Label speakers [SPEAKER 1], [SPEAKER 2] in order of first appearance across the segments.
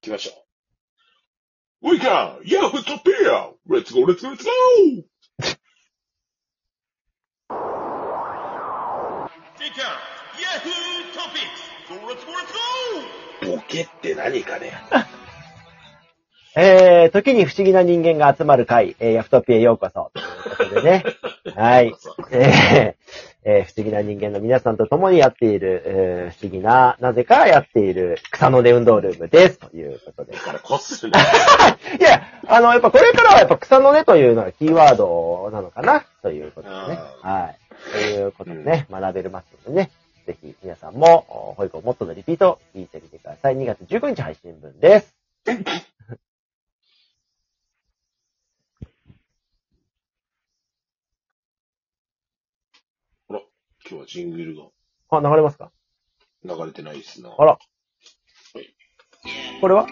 [SPEAKER 1] きましょう。We can! Yeah, it's up here! Let's go, let's go, let's go!
[SPEAKER 2] Take care. Yahoo Topics. So let's go, let's go.
[SPEAKER 1] ボケって何かね。
[SPEAKER 3] えー、時に不思議な人間が集まる会、えー、ヤフトピへようこそ。ということでね。はい。えーえー不思議な人間の皆さんと共にやっている、えー不思議な、なぜかやっている草の根運動ルームです。ということで。
[SPEAKER 1] だからこっ すね。
[SPEAKER 3] いや、あの、やっぱこれからはやっぱ草の根というのはキーワードなのかな、ということでね。はい。ということでね、学べるますのでね、ぜひ皆さんも、お保育をもっとのリピート、聞いてみてください。2月15日配信分です。
[SPEAKER 1] 今日はジングルが
[SPEAKER 3] あ、流れますか
[SPEAKER 1] 流れてないですな。
[SPEAKER 3] あら。これは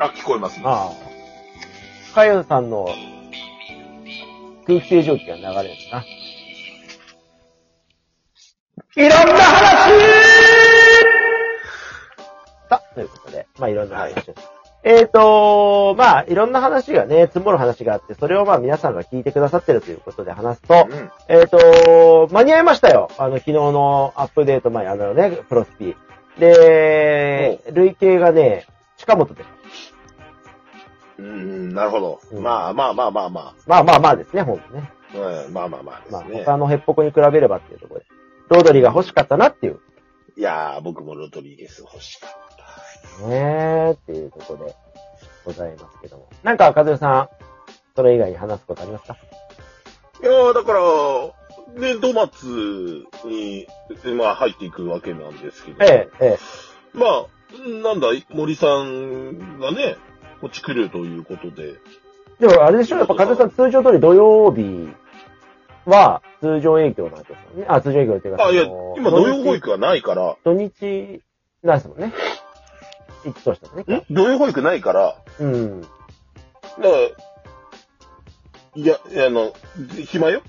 [SPEAKER 1] あ、聞こえますね。
[SPEAKER 3] ああ。かよんさんの空気清浄機が流れるな。いろんな話さあ、ということで、まあいろんな話を。えっ、ー、とまあいろんな話がね、積もる話があって、それをまあ皆さんが聞いてくださってるということで話すと、
[SPEAKER 1] うん。
[SPEAKER 3] えっ、と、間に合いましたよ。あの、昨日のアップデート前、あのね、プロスピー。で、累計がね、近本です。
[SPEAKER 1] うんうん、なるほど。
[SPEAKER 3] うん
[SPEAKER 1] まあまあまあまあま
[SPEAKER 3] まあまあまあですね、ほんとね。
[SPEAKER 1] あ。うん、まあまあまあで
[SPEAKER 3] まあ、
[SPEAKER 1] すね。
[SPEAKER 3] 他のヘッポコに比べればっていうところで。ロードリーが欲しかったなっていう。
[SPEAKER 1] いやー、僕もロトリーです。欲しかった。
[SPEAKER 3] ねーっていうところでございますけども。なんか、和代さん、それ以外に話すことありますか
[SPEAKER 1] いやー、だから、ね、ドマツに、まあ、入っていくわけなんですけど。
[SPEAKER 3] ええ、ええ。
[SPEAKER 1] まあ、なんだ、森さんがね、こっち来るということで。
[SPEAKER 3] でも、あれでしょやっぱ、和代さん、通常通り土曜日は、通常営業なんですよね。あ、通常営業っていうか、
[SPEAKER 1] あ、いや、
[SPEAKER 3] その
[SPEAKER 1] 今、土曜保育がないから、
[SPEAKER 3] 土日、ないですもんね。行くとしたらね。
[SPEAKER 1] ん土曜保育ないから、
[SPEAKER 3] うん。
[SPEAKER 1] だから、いや、あの、暇よ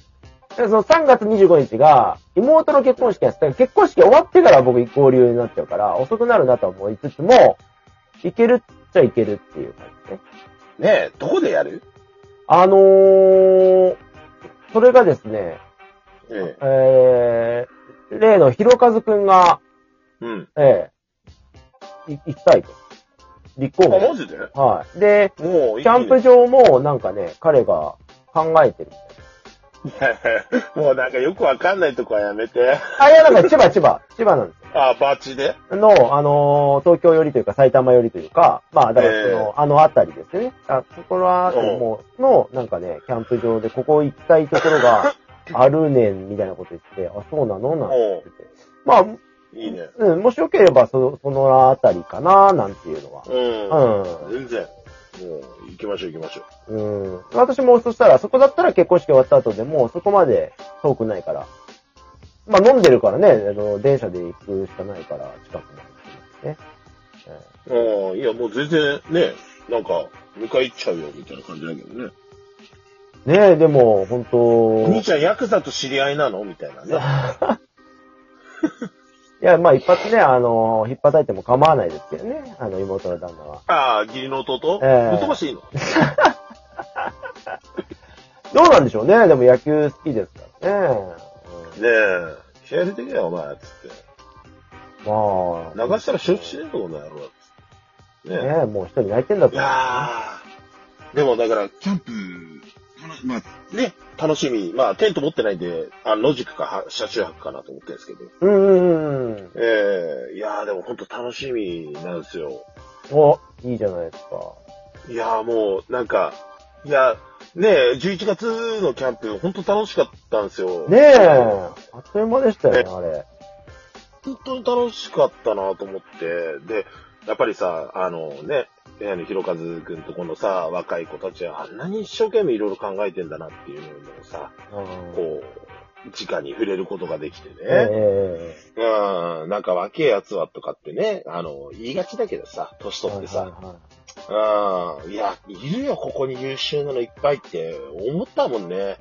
[SPEAKER 3] でその3月25日が、妹の結婚式やってた結婚式終わってから僕合流になっちゃうから、遅くなるなとは思いつつも、いけるっちゃいけるっていう感じね。
[SPEAKER 1] ねえ、どこでやる
[SPEAKER 3] あのー、それがですね、
[SPEAKER 1] ええ。
[SPEAKER 3] えー、例のひろかずくんが、
[SPEAKER 1] うん。
[SPEAKER 3] えー、い行きたいと。立候
[SPEAKER 1] あ、
[SPEAKER 3] 補。
[SPEAKER 1] マジで
[SPEAKER 3] はい。で、
[SPEAKER 1] もういいね、
[SPEAKER 3] キャンプ場もなんかね、彼が考えてるみたい な。
[SPEAKER 1] もうなんかよくわかんないとこはやめて。
[SPEAKER 3] あ、いや、なんか千葉、千葉、千葉なんです
[SPEAKER 1] あ、バチで
[SPEAKER 3] よ。の、あのー東京寄りというか埼玉寄りというか、まあ、だからその、あの辺りですね。あ、そこら辺りも、の、なんかね、キャンプ場でここ行きたいところがあるねん、みたいなこと言ってて、あ、そうなのなんて言ってて。まあ、
[SPEAKER 1] いいね。
[SPEAKER 3] うん、もしよければ、その、その辺りかな、なんていうのは。
[SPEAKER 1] うん。
[SPEAKER 3] う
[SPEAKER 1] 全然。もう、行きましょう行きましょ
[SPEAKER 3] ん。うん。私もそしたら、そこだったら結婚式終わった後でも、そこまで遠くないから。まあ飲んでるからね、あの、電車で行くしかないから、近くまで。ね。
[SPEAKER 1] う。うん、いや、もう全然ね、なんか、迎え行っちゃうよ、みたいな感じだけどね。
[SPEAKER 3] ねえ、でも、本
[SPEAKER 1] お
[SPEAKER 3] 当
[SPEAKER 1] 兄ちゃん、ヤクザと知り合いなのみたいなね。
[SPEAKER 3] いや、まあ一発ね、あの、引っ叩いても構わないですけどね、あの、妹の旦那は。
[SPEAKER 1] ああ、義理の弟
[SPEAKER 3] ええ
[SPEAKER 1] ぶっ飛ばしていいの
[SPEAKER 3] どうなんでしょうね、でも野球好きですからね。
[SPEAKER 1] ねえ、気合入れてけよ、お前、つって。
[SPEAKER 3] うん、まあ。
[SPEAKER 1] 流したら承知しねえぞ、この野郎。つってね
[SPEAKER 3] ねえ、もう一人泣いてんだ
[SPEAKER 1] え。
[SPEAKER 3] と
[SPEAKER 1] い。やーでもだから、キャンプ、まあ、ね、楽しみ。まあ、テント持ってないんで、あの、野宿かは、車中泊かなと思ってるんですけど。
[SPEAKER 3] うんうんうんうん。
[SPEAKER 1] ええいやーでも本当楽しみなんですよ。
[SPEAKER 3] お、いいじゃないですか。
[SPEAKER 1] いやーもう、なんか、いや、ねえ、11月のキャンプ、本当楽しかったんですよ。
[SPEAKER 3] ねえ、あっという間でしたよね、あれ。
[SPEAKER 1] 本当に楽しかったなと思って、で、やっぱりさ、あのね、あのひろかずくんとこのさ、若い子たちはあんなに一生懸命いろいろ考えてんだなっていうのをさ、
[SPEAKER 3] うん
[SPEAKER 1] こう、直に触れることができてね、
[SPEAKER 3] ええ
[SPEAKER 1] うん、なんか若えやつはとかってね、あの、言いがちだけどさ、年取ってさ、
[SPEAKER 3] はいはいはい
[SPEAKER 1] うん、いや、いるよ、ここに優秀なのいっぱいって思ったもんね。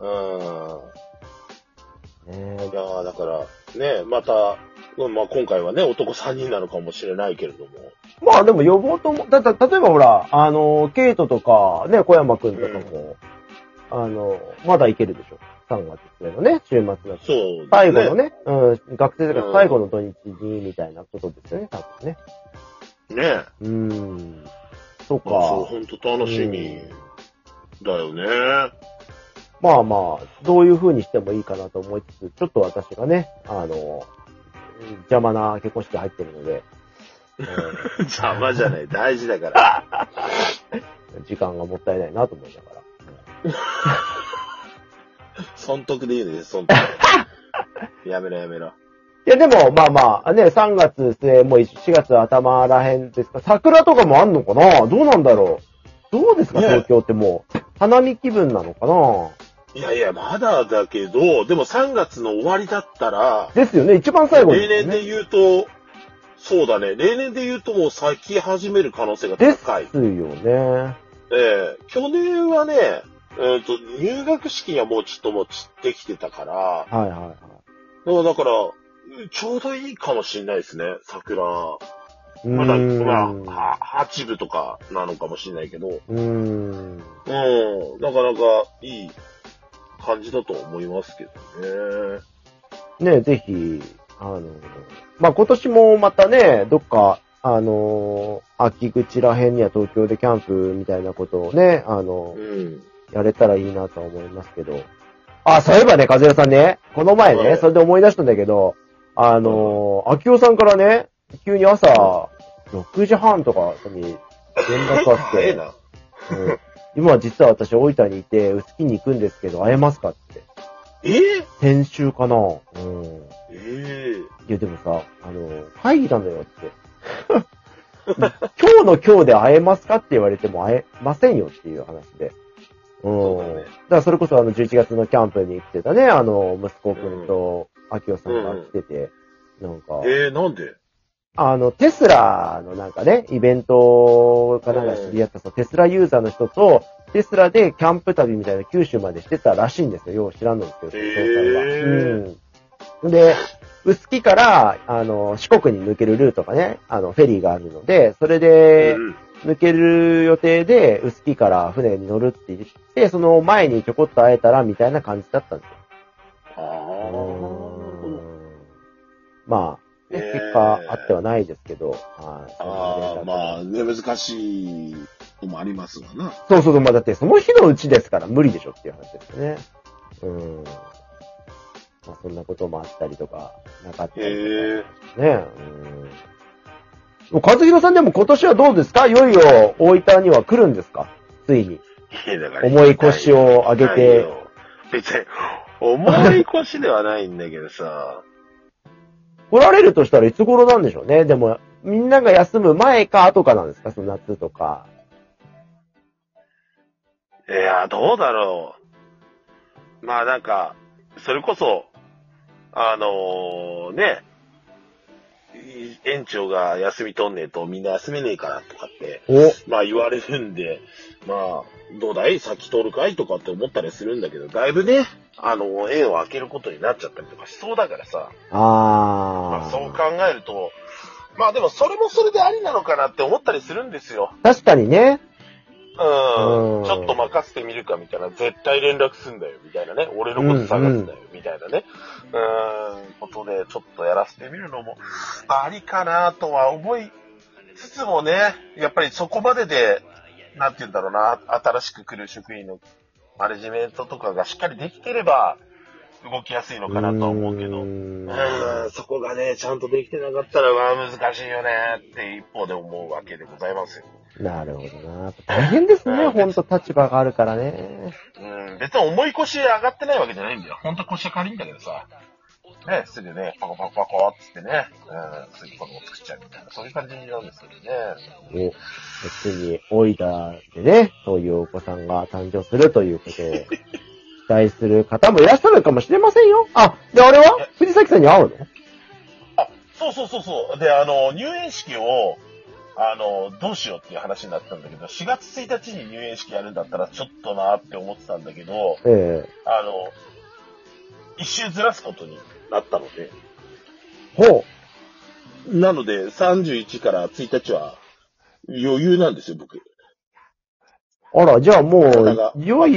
[SPEAKER 1] うん。
[SPEAKER 3] うん
[SPEAKER 1] い
[SPEAKER 3] ね
[SPEAKER 1] やーだから、ね、また、うんまあ今回はね、男3人なのかもしれないけれども、
[SPEAKER 3] まあでも予防とも、だって例えばほら、あの、ケイトとか、ね、小山くんとかも、あの、まだいけるでしょ。3月くらいのね、週末だと。
[SPEAKER 1] そう。
[SPEAKER 3] 最後の。ね、うん、学生だから最後の土日に、みたいなことですよね、多分ね。
[SPEAKER 1] ねえ。
[SPEAKER 3] うーん。そうか。
[SPEAKER 1] そう、ほんと楽しみだよね。
[SPEAKER 3] まあまあ、どういう風にしてもいいかなと思いつつ、ちょっと私がね、あの、邪魔な結婚式入ってるので、う
[SPEAKER 1] 邪魔じゃ ない、大事だから。
[SPEAKER 3] ん時間がもったいないなと思いながら。
[SPEAKER 1] 損得でいいね、損 得。やめろやめろ。
[SPEAKER 3] いやでも、まあまあ、ね、3月末、もう4月頭らへんですか、桜とかもあんのかなどうなんだろうどうですか、
[SPEAKER 1] ね
[SPEAKER 3] 東京ってもう。花見気分なのかない
[SPEAKER 1] やいや、まだだけど、でも3月の終わりだったら、
[SPEAKER 3] ですよね、一番最後
[SPEAKER 1] 例
[SPEAKER 3] です
[SPEAKER 1] 年
[SPEAKER 3] よ
[SPEAKER 1] で
[SPEAKER 3] ね。
[SPEAKER 1] 言うと、そうだね、例年で言うともう咲き始める可能性が
[SPEAKER 3] です
[SPEAKER 1] 高い。
[SPEAKER 3] よね。
[SPEAKER 1] ええ去年はね、えっと入学式がもうちょっともう散ってきてたから、
[SPEAKER 3] はいはいはい。
[SPEAKER 1] だからだから、うんちょうどいいかもしれないですね、桜。
[SPEAKER 3] う
[SPEAKER 1] まだ、
[SPEAKER 3] ーん
[SPEAKER 1] まあ、は8部とかなのかもしれないけど、う
[SPEAKER 3] うーん。
[SPEAKER 1] ん、なかなかいい感じだと思いますけどね。
[SPEAKER 3] ね、ぜひ、あの、まあ、今年もまたね、どっか、あの、秋口ら辺には東京でキャンプみたいなことをね、あの、
[SPEAKER 1] うん。
[SPEAKER 3] やれたらいいなとは思いますけど。あ、そういえばね、和代さんね、この前
[SPEAKER 1] は
[SPEAKER 3] ね、
[SPEAKER 1] い
[SPEAKER 3] それで思い出したんだけど、あの、秋夫さんからね、急に朝、6時半とかに連絡あっ
[SPEAKER 1] 早い
[SPEAKER 3] て、
[SPEAKER 1] な。
[SPEAKER 3] うん今実は私大分にいて、臼杵に行くんですけど、会えますかって。
[SPEAKER 1] ええ
[SPEAKER 3] 先週かなうん。
[SPEAKER 1] え
[SPEAKER 3] いや、でもさ、あの、会議なのよって。 今日の今日で会えますかって言われても会えませんよっていう話で。うん。
[SPEAKER 1] そう
[SPEAKER 3] だ
[SPEAKER 1] だね
[SPEAKER 3] からそれこそあの11月のキャンプに来てたね、あの、息子くんと、秋夫さんが来てて、なんか
[SPEAKER 1] え、ええなんで
[SPEAKER 3] あの、テスラのなんかね、イベントかなんかで知り合った、そのテスラユーザーの人と、テスラでキャンプ旅みたいな九州までしてたらしいんですよ。よう知らんのですけど、
[SPEAKER 1] へー
[SPEAKER 3] 詳細はうん。で、臼杵から、あの、四国に抜けるルートがね、あの、フェリーがあるので、それで、
[SPEAKER 1] うん
[SPEAKER 3] 抜ける予定で、臼杵から船に乗るって言って、その前にちょこっと会えたら、みたいな感じだったんです
[SPEAKER 1] あ
[SPEAKER 3] よ。
[SPEAKER 1] あ。
[SPEAKER 3] まあ、
[SPEAKER 1] え
[SPEAKER 3] ね
[SPEAKER 1] ー
[SPEAKER 3] 結果あってはないですけど、はいそんな連絡
[SPEAKER 1] ああ、ま
[SPEAKER 3] が
[SPEAKER 1] あ、ね、難しいのもありますわな。
[SPEAKER 3] そうそうそう、まあだってその日のうちですから無理でしょっていう話ですよね。うん。まあそんなこともあったりとか、なかったり
[SPEAKER 1] ええ
[SPEAKER 3] とかね。うん。もう、和弘さんでも今年はどうですかいよいよ大分には来るんですかついに。
[SPEAKER 1] いやだから
[SPEAKER 3] 重い腰を上げ
[SPEAKER 1] ない
[SPEAKER 3] て。
[SPEAKER 1] よ別に、重い腰ではないんだけどさ。
[SPEAKER 3] 来られるとしたらいつ頃なんでしょうね。でも、みんなが休む前か後かなんですかその夏とか。
[SPEAKER 1] いや、どうだろう。まあなんか、それこそ、あのーね、い園長が休みとんねえとみんな休めねえからとかって、
[SPEAKER 3] お、
[SPEAKER 1] まあ言われるんで、まあ、どうだい先通るかいとかって思ったりするんだけど、だいぶね、あの、園を開けることになっちゃったりとかしそうだからさ、ま
[SPEAKER 3] あ
[SPEAKER 1] あ
[SPEAKER 3] ー。
[SPEAKER 1] そう考えると、まあでもそれもそれでありなのかなって思ったりするんですよ。
[SPEAKER 3] 確かにね。
[SPEAKER 1] う
[SPEAKER 3] うん
[SPEAKER 1] んちょっと任せてみるかみたいな、絶対連絡すんだよみたいなね、俺のこと探すんだよみたいなね、うん、ことでちょっとやらせてみるのもありかなとは思いつつもね、やっぱりそこまでで、なんて言うんだろうな、新しく来る職員のマネジメントとかがしっかりできてれば、動きやすいのかなとは思うけど、う
[SPEAKER 3] う
[SPEAKER 1] ん
[SPEAKER 3] ん
[SPEAKER 1] そこがね、ちゃんとできてなかったら、まあ難しいよねって一方で思うわけでございますよ。
[SPEAKER 3] なるほどな。大変ですね、
[SPEAKER 1] うん
[SPEAKER 3] ほんと立場があるからね。
[SPEAKER 1] うん、別に重い腰上がってないわけじゃないんだよ。ほんと腰は軽いんだけどさ。ね、すぐね、パコパコパコっつってね、うん、すぐ子供作っちゃうみたいな、そういう感じなんですけどね。
[SPEAKER 3] お、別に、オイダでね、そういうお子さんが誕生するということを、期待する方もいらっしゃるかもしれませんよ。あ、で、あれは藤崎さんに会うの
[SPEAKER 1] あ、そうそうそうそう。で、あの、入園式を、あの、どうしようっていう話になったんだけど、4月1日に入園式やるんだったらちょっとなーって思ってたんだけど、
[SPEAKER 3] え
[SPEAKER 1] あの、一周ずらすことになったので。
[SPEAKER 3] えほう。
[SPEAKER 1] なので、31から1日は余裕なんですよ、僕。
[SPEAKER 3] あら、じゃあも
[SPEAKER 1] 体が
[SPEAKER 3] う、いよい
[SPEAKER 1] 待っ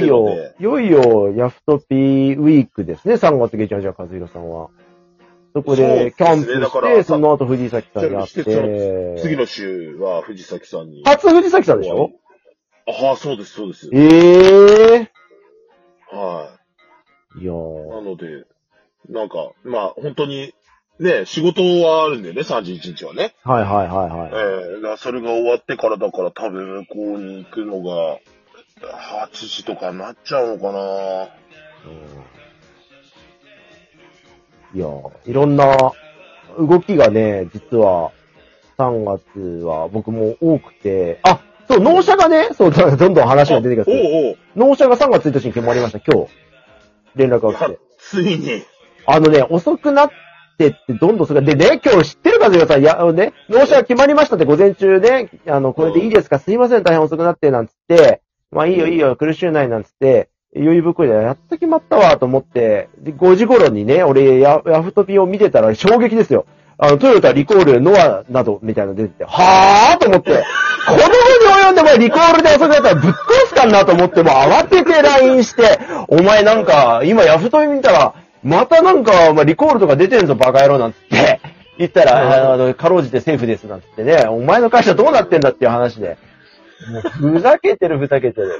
[SPEAKER 1] て
[SPEAKER 3] よ、いよいよ、ヤフトピーウィークですね、3月下旬じゃあ、和弘さんは。そこで、キャ
[SPEAKER 1] そう
[SPEAKER 3] ン
[SPEAKER 1] ですね
[SPEAKER 3] プ
[SPEAKER 1] だ
[SPEAKER 3] し
[SPEAKER 1] か
[SPEAKER 3] て、
[SPEAKER 1] ら
[SPEAKER 3] その後藤崎さんやっ
[SPEAKER 1] じゃあ
[SPEAKER 3] て、
[SPEAKER 1] 次の週は藤崎さんに。
[SPEAKER 3] 初藤崎さんでしょ
[SPEAKER 1] ああ、そうです、そうです。
[SPEAKER 3] ええ
[SPEAKER 1] は
[SPEAKER 3] ー。いや
[SPEAKER 1] い。
[SPEAKER 3] ー
[SPEAKER 1] なので、なんか、まあ、本当に、ね、仕事はあるんだよね、31日はね。
[SPEAKER 3] はいはいはい
[SPEAKER 1] え
[SPEAKER 3] はい。
[SPEAKER 1] えだからそれが終わってからだから多分向こうに行くのが、8時とかになっちゃうのかな
[SPEAKER 3] うんいやーいろんな動きがね、実は、3月は僕も多くて、あ、そう、納車がね、そう、どんどん話が出てくるんですけど。
[SPEAKER 1] おう
[SPEAKER 3] 納車が3月1日に決まりました、今日。連絡
[SPEAKER 1] おう
[SPEAKER 3] が来
[SPEAKER 1] いや
[SPEAKER 3] て。
[SPEAKER 1] ついに。
[SPEAKER 3] あのね、遅くなってって、どんどんそれが、でね、今日知ってるかというさん、いや、あのね、納車が決まりましたって午前中ね、あの、これでいいですか、すいません、大変遅くなって、なんつって、まあいいよいいよ、苦しゅうない、なんつって、余裕ぶっこいで、やっと決まったわ、と思って、で、5時頃にね、俺、ヤヤフトピを見てたら衝撃ですよ。あの、トヨタ、リコール、ノアなど、みたいなの出てて、はぁーと思って、この方に及んでお前リコールで遅くなったらぶっ殺すかんなと思って、もう慌てて LINE して、お前なんか、今ヤフトピ見たら、またなんか、お前リコールとか出てんぞ、バカ野郎なんつって、言ったら、あの、かろうじてセーフですなんつってね、お前の会社どうなってんだっていう話で、もうふざけてるふざけてる。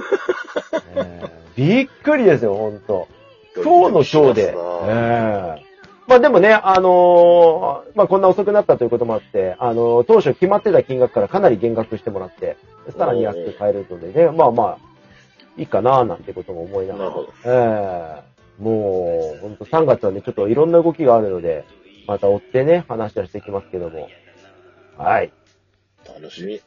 [SPEAKER 3] えーびっくりですよ、ほんと。今日のショーで。ええまあでもね、あのーまあこんな遅くなったということもあって、あのー当初決まってた金額からかなり減額してもらって、さらに安く買えるのでね、まあまあ、いいかなーなんてことも思いな
[SPEAKER 1] な
[SPEAKER 3] がら
[SPEAKER 1] るほど。
[SPEAKER 3] ええもう、ほんと3月はね、ちょっといろんな動きがあるので、また追ってね、話はしていきますけども。はい。
[SPEAKER 1] 楽しみ。